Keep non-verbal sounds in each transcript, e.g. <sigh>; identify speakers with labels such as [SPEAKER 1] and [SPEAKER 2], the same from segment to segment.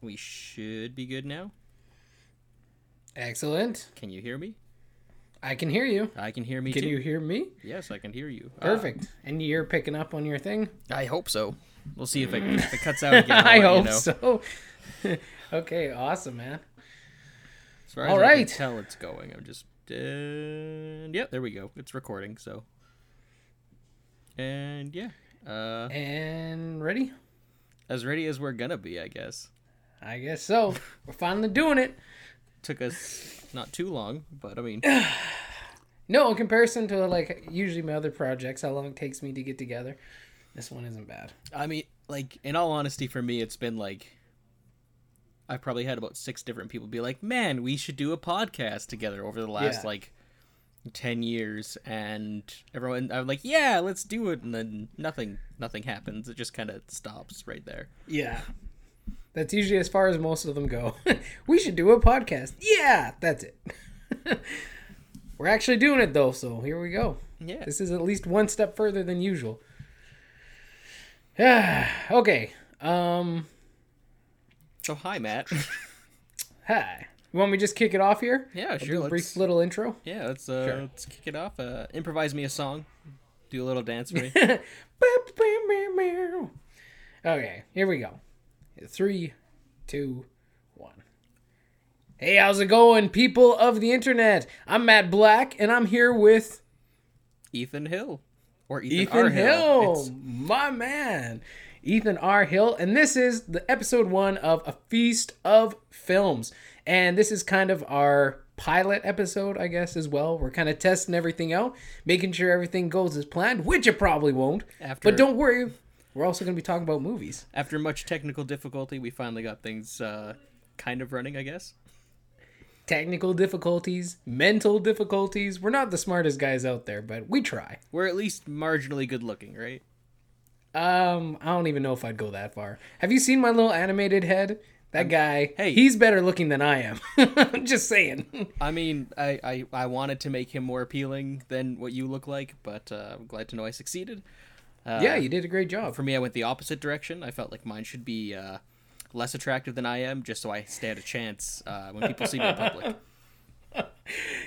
[SPEAKER 1] We should be good now.
[SPEAKER 2] Excellent.
[SPEAKER 1] Can you hear me?
[SPEAKER 2] I can hear you.
[SPEAKER 1] I can hear me
[SPEAKER 2] Can
[SPEAKER 1] too.
[SPEAKER 2] you hear me?
[SPEAKER 1] Yes, I can hear you. Uh,
[SPEAKER 2] Perfect. and you're picking up on your thing?
[SPEAKER 1] I hope so. We'll see
[SPEAKER 2] <laughs>
[SPEAKER 1] if it, if it cuts out again. I'll
[SPEAKER 2] I
[SPEAKER 1] let you
[SPEAKER 2] hope
[SPEAKER 1] know.
[SPEAKER 2] so. <laughs> okay, awesome, man.
[SPEAKER 1] As far as I
[SPEAKER 2] All
[SPEAKER 1] can
[SPEAKER 2] right.
[SPEAKER 1] tell it's going. I'm just and yeah, there we go. It's recording. So and yeah, uh,
[SPEAKER 2] And ready?
[SPEAKER 1] as ready as we're gonna be, I guess.
[SPEAKER 2] I
[SPEAKER 1] <laughs>
[SPEAKER 2] guess so. We're finally doing it.
[SPEAKER 1] Took us not too long, but I mean,
[SPEAKER 2] No, in comparison to like usually my other projects, how long it takes me to get together. This one isn't bad.
[SPEAKER 1] I mean, like in all honesty, for me, it's been like I've probably had about six different people be like, "Man, we should do a podcast together." Over the last
[SPEAKER 2] Yeah.
[SPEAKER 1] like ten years, and everyone, I'm like, "Yeah, let's do it," and then nothing, nothing happens. It just kind of stops right there.
[SPEAKER 2] Yeah. That's usually as far as most of them go. <laughs> we should do a podcast. Yeah, that's it. <laughs> We're actually doing it though, so here we go.
[SPEAKER 1] Yeah.
[SPEAKER 2] <laughs> This is at least one step further than usual. <sighs> Yeah. okay. Um
[SPEAKER 1] So hi,
[SPEAKER 2] <laughs>
[SPEAKER 1] Matt. <laughs>
[SPEAKER 2] hi. You want me to just kick it off here?
[SPEAKER 1] yeah,
[SPEAKER 2] I'll
[SPEAKER 1] sure.
[SPEAKER 2] do a
[SPEAKER 1] Let's,
[SPEAKER 2] brief little intro.
[SPEAKER 1] yeah, let's uh,
[SPEAKER 2] Sure.
[SPEAKER 1] let's kick it off. Uh, improvise me a song. Do a little dance
[SPEAKER 2] <laughs>
[SPEAKER 1] for me.
[SPEAKER 2] okay, here we go. Three, two, one. Hey, how's it going, people of the internet? I'm Matt Black, and I'm here with
[SPEAKER 1] Ethan Hill or Ethan,
[SPEAKER 2] Ethan
[SPEAKER 1] R.
[SPEAKER 2] Hill,
[SPEAKER 1] It's-
[SPEAKER 2] my man. Ethan R. Hill, and this is the episode one of A Feast of Films, and this is kind of our pilot episode, I guess, as well. We're kind of testing everything out, making sure everything goes as planned, which it probably won't.
[SPEAKER 1] After-
[SPEAKER 2] But don't worry, we're also going to be talking about movies.
[SPEAKER 1] after much technical difficulty, we finally got things uh, kind of running, I guess.
[SPEAKER 2] Technical difficulties, mental difficulties. We're not the smartest guys out there, but we try.
[SPEAKER 1] We're at least marginally good looking, right?
[SPEAKER 2] Um, I don't even know if I'd go that far. Have you seen my little animated head? That guy,
[SPEAKER 1] hey.
[SPEAKER 2] he's better looking than I am. <laughs> I'm just saying.
[SPEAKER 1] I mean, I, I, I wanted to make him more appealing than what you look like, but uh, I'm glad to know I succeeded. Uh,
[SPEAKER 2] yeah, you did a great job.
[SPEAKER 1] For me, I went the opposite direction. I felt like mine should be uh, less attractive than I am, just so I stand a chance uh, when people see me in
[SPEAKER 2] <laughs>
[SPEAKER 1] public.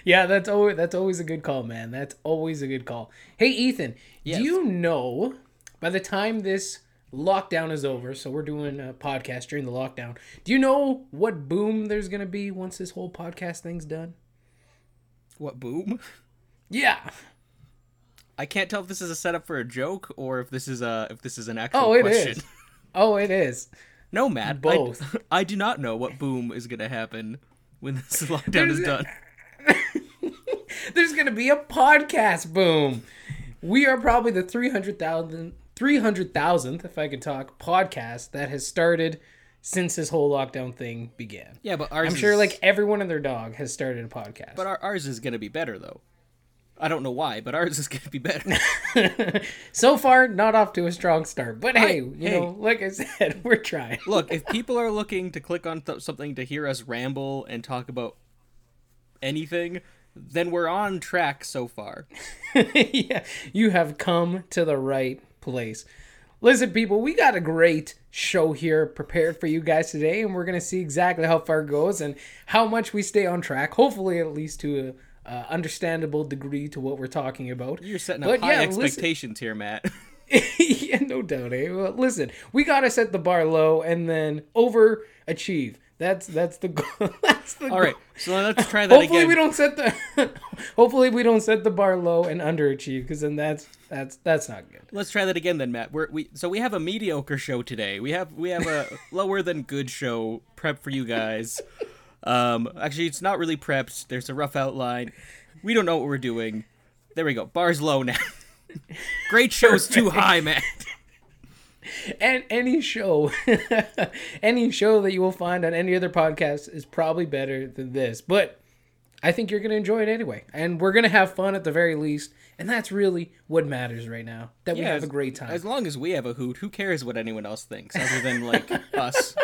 [SPEAKER 2] Yeah, that's always that's always a good call, man. That's always a good call. Hey, Ethan,
[SPEAKER 1] Yes.
[SPEAKER 2] do you know by the time this lockdown is over, so we're doing a podcast during the lockdown. Do you know what boom there's gonna be once this whole podcast thing's done?
[SPEAKER 1] What boom?
[SPEAKER 2] Yeah.
[SPEAKER 1] I can't tell if this is a setup for a joke or if this is a if this is an actual
[SPEAKER 2] Oh, it is.
[SPEAKER 1] question.
[SPEAKER 2] Oh, it is.
[SPEAKER 1] No, Matt. I-
[SPEAKER 2] Both.
[SPEAKER 1] <laughs> I, do not know what boom is going to happen when this <laughs> lockdown is done.
[SPEAKER 2] There's going to be a podcast boom. We are probably the 300,000 300,000th if I can talk podcast that has started since this whole lockdown thing began.
[SPEAKER 1] Yeah, but ours
[SPEAKER 2] I'm sure
[SPEAKER 1] is-
[SPEAKER 2] like everyone and their dog has started a podcast.
[SPEAKER 1] But our, ours is going to be better, though. I don't know why, but ours is <laughs> going to be better.
[SPEAKER 2] <laughs> so far not off to a strong start. But hey, you
[SPEAKER 1] hey.
[SPEAKER 2] know, like I said, <laughs> we're trying.
[SPEAKER 1] Look, if people are looking to click on th- something to hear us ramble and talk about anything, then we're on track so far.
[SPEAKER 2] <laughs> yeah, you have come to the right place. Listen, people, we got a great show here prepared for you guys today, and we're going to see exactly how far it goes and how much we stay on track. Hopefully, at least to a uh, understandable degree to what we're talking about.
[SPEAKER 1] You're setting up
[SPEAKER 2] But
[SPEAKER 1] high
[SPEAKER 2] yeah, listen-
[SPEAKER 1] expectations here, Matt.
[SPEAKER 2] <laughs>
[SPEAKER 1] <laughs>
[SPEAKER 2] yeah, no doubt. Eh? Well, listen, we gotta set the bar low and then overachieve. That's that's the <laughs> goal. that's the
[SPEAKER 1] All right, so let's try that
[SPEAKER 2] <laughs> Hopefully
[SPEAKER 1] again.
[SPEAKER 2] we don't set the <laughs> hopefully we don't set the bar low and underachieve because then that's that's that's not good.
[SPEAKER 1] Let's try that again, then, Matt. We're, we so we have a mediocre show today. We have we have
[SPEAKER 2] <laughs>
[SPEAKER 1] a lower than good show prep for you guys. Um, actually, it's not really prepped. There's a rough outline. We don't know what we're doing. There we go. Bars low now. <laughs> Great show's too high, Matt.
[SPEAKER 2] And any show, <laughs> any show that you will find on any other podcast is probably better than this. But I think you're gonna enjoy it anyway, and we're gonna have fun at the very least. And that's really what matters right now. That we have a great time.
[SPEAKER 1] As long as we have a hoot, who cares what anyone else thinks other than
[SPEAKER 2] <laughs>
[SPEAKER 1] like us?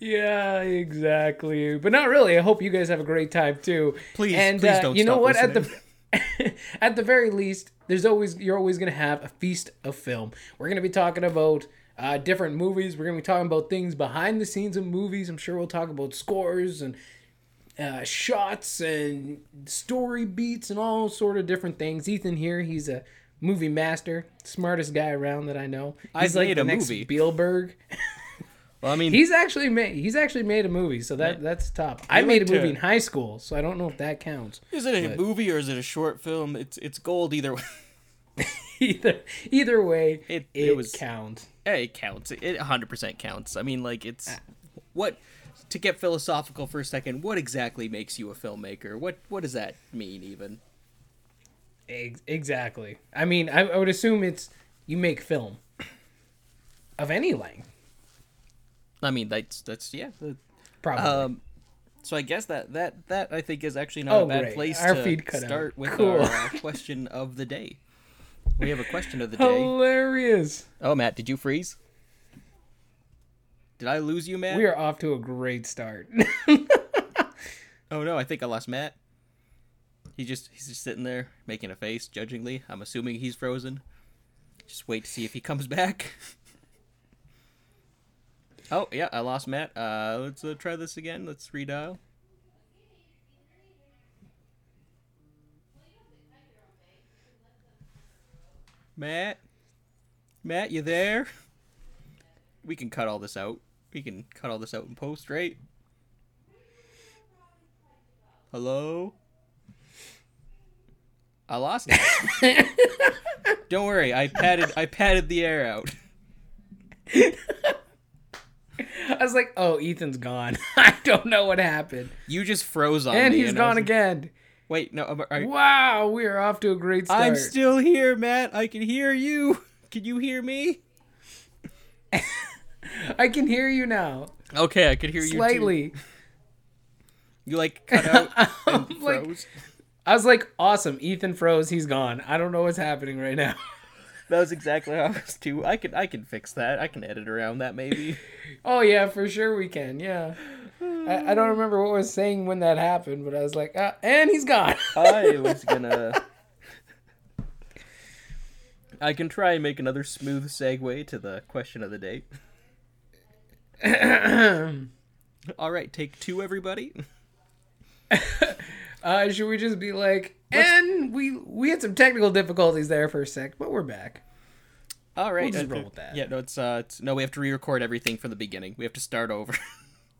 [SPEAKER 2] Yeah, exactly. But not really. I hope you guys have a great time too.
[SPEAKER 1] Please,
[SPEAKER 2] and
[SPEAKER 1] please
[SPEAKER 2] uh,
[SPEAKER 1] don't
[SPEAKER 2] you know
[SPEAKER 1] stop
[SPEAKER 2] what?
[SPEAKER 1] listening.
[SPEAKER 2] <laughs> At the at the very least, there's always you're always gonna have a feast of film. We're gonna be talking about uh, different movies. We're going to be talking about things behind the scenes of movies. I'm sure we'll talk about scores and uh, shots and story beats and all sort of different things. Ethan here, he's a movie master, smartest guy around that I know. He's
[SPEAKER 1] I've
[SPEAKER 2] like
[SPEAKER 1] made
[SPEAKER 2] the
[SPEAKER 1] a
[SPEAKER 2] next
[SPEAKER 1] movie.
[SPEAKER 2] Spielberg.
[SPEAKER 1] Well, I mean,
[SPEAKER 2] He's actually made he's actually made a movie, so that that's top. I made
[SPEAKER 1] like
[SPEAKER 2] a movie
[SPEAKER 1] to-
[SPEAKER 2] in high school, so I don't know if that counts. <laughs>
[SPEAKER 1] is it a movie or is it a short film? It's it's gold either way.
[SPEAKER 2] either either way,
[SPEAKER 1] It-
[SPEAKER 2] it,
[SPEAKER 1] it was-
[SPEAKER 2] count.
[SPEAKER 1] Eh, it counts. It 100% counts. I mean, like it's
[SPEAKER 2] Ah.
[SPEAKER 1] what to get philosophical for a second. What exactly makes you a filmmaker? What what does that mean even?
[SPEAKER 2] Ex- exactly. I mean, I, I would assume it's you make film of any length,
[SPEAKER 1] I mean, that's that's yeah. that-
[SPEAKER 2] probably.
[SPEAKER 1] Um, so I guess that that that I think is actually not
[SPEAKER 2] Oh,
[SPEAKER 1] a bad
[SPEAKER 2] great.
[SPEAKER 1] place
[SPEAKER 2] Our
[SPEAKER 1] to
[SPEAKER 2] feed cut out.
[SPEAKER 1] start with
[SPEAKER 2] Cool.
[SPEAKER 1] our
[SPEAKER 2] <laughs>
[SPEAKER 1] uh, question of the day. We have a question of the day.
[SPEAKER 2] Hilarious.
[SPEAKER 1] Oh, Matt, did you freeze? Did I lose you, Matt?
[SPEAKER 2] We are off to a great start. <laughs>
[SPEAKER 1] Oh no, I think I lost Matt. He just he's just sitting there making a face judgingly. I'm assuming he's frozen. Just wait to see if he comes back. <laughs> oh yeah, I lost Matt. Uh, let's uh, try this again. Let's redial. Matt, Matt, you there? We can cut all this out. We can cut all this out in post, right? Hello? I lost it.
[SPEAKER 2] <laughs>
[SPEAKER 1] Don't worry, I padded I padded the air out.
[SPEAKER 2] I was like, "Oh, Ethan's gone. <laughs> I don't know what happened."
[SPEAKER 1] You just froze on
[SPEAKER 2] And
[SPEAKER 1] me.
[SPEAKER 2] he's
[SPEAKER 1] I
[SPEAKER 2] gone
[SPEAKER 1] was-
[SPEAKER 2] again.
[SPEAKER 1] Wait, no, I'm, I,
[SPEAKER 2] Wow, we are off to a great start.
[SPEAKER 1] am still here, Matt. I can hear you. Can you hear me?
[SPEAKER 2] I can hear you now,
[SPEAKER 1] Okay, I could hear you too.
[SPEAKER 2] slightly.
[SPEAKER 1] You like cut out and
[SPEAKER 2] <laughs> I'm like-
[SPEAKER 1] froze.
[SPEAKER 2] I was like, "Awesome, Ethan froze. He's gone. I don't know what's happening right now." <laughs>
[SPEAKER 1] That was exactly how I was too. I can I can fix that. I can edit around that
[SPEAKER 2] <laughs>
[SPEAKER 1] maybe.
[SPEAKER 2] Oh yeah, for sure we can. Yeah, I, I don't remember what I was saying when that happened, but I was like, ah, and he's gone. <laughs>
[SPEAKER 1] I was gonna. I can try and make another smooth segue to the question of the day. All right, take two, everybody.
[SPEAKER 2] Uh, should we just be like, and we we had some technical difficulties there for a sec, but we're back. <laughs>
[SPEAKER 1] All right,
[SPEAKER 2] just
[SPEAKER 1] uh,
[SPEAKER 2] roll with that.
[SPEAKER 1] Yeah, no, it's uh, it's, no, we have to re-record everything from the beginning. We have to start over.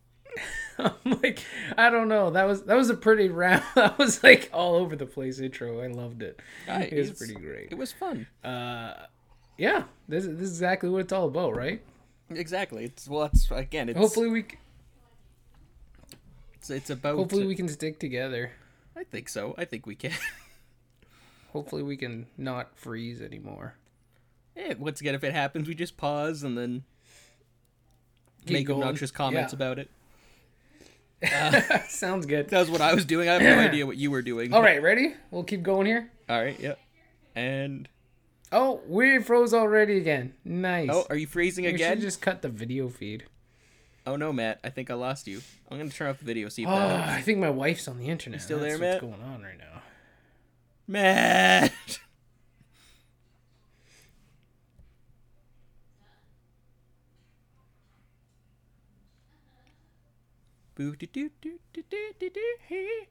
[SPEAKER 1] <laughs>
[SPEAKER 2] I'm like, I don't know. That was that was a pretty <laughs> round. That was like all over the place intro. I loved it.
[SPEAKER 1] I-
[SPEAKER 2] it was
[SPEAKER 1] it's-
[SPEAKER 2] pretty
[SPEAKER 1] It
[SPEAKER 2] great.
[SPEAKER 1] was fun.
[SPEAKER 2] Yeah, this is, this is exactly what it's all about, right?
[SPEAKER 1] exactly. It's well, it's again. It's
[SPEAKER 2] Hopefully we c-
[SPEAKER 1] it's, it's about.
[SPEAKER 2] hopefully we can stick together.
[SPEAKER 1] I think so. I think we can. <laughs>
[SPEAKER 2] Hopefully we can not freeze anymore.
[SPEAKER 1] yeah, once again, if it happens, we just pause and then make
[SPEAKER 2] going.
[SPEAKER 1] obnoxious comments
[SPEAKER 2] Yeah.
[SPEAKER 1] about it.
[SPEAKER 2] <laughs> Sounds good.
[SPEAKER 1] That was what I was doing. I have no idea what you were doing.
[SPEAKER 2] All right, ready? We'll keep going here.
[SPEAKER 1] All right. Yep. And
[SPEAKER 2] Oh, we froze already again. Nice.
[SPEAKER 1] oh, are you freezing
[SPEAKER 2] we should
[SPEAKER 1] again?
[SPEAKER 2] just cut the video feed.
[SPEAKER 1] Oh no, Matt. I think I lost you. I'm gonna turn off the video. See if
[SPEAKER 2] Oh,
[SPEAKER 1] that.
[SPEAKER 2] I think my wife's on the internet.
[SPEAKER 1] still
[SPEAKER 2] That's
[SPEAKER 1] there,
[SPEAKER 2] what's
[SPEAKER 1] Matt?
[SPEAKER 2] going on right now.
[SPEAKER 1] Matt. Boo doo doo doo doo doo doo doo, hey.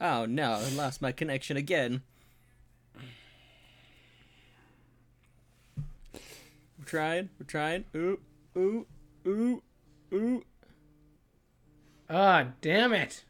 [SPEAKER 1] Oh no, I lost my connection again. We're trying, we're trying. Ooh, ooh, ooh, ooh.
[SPEAKER 2] Ah, damn it.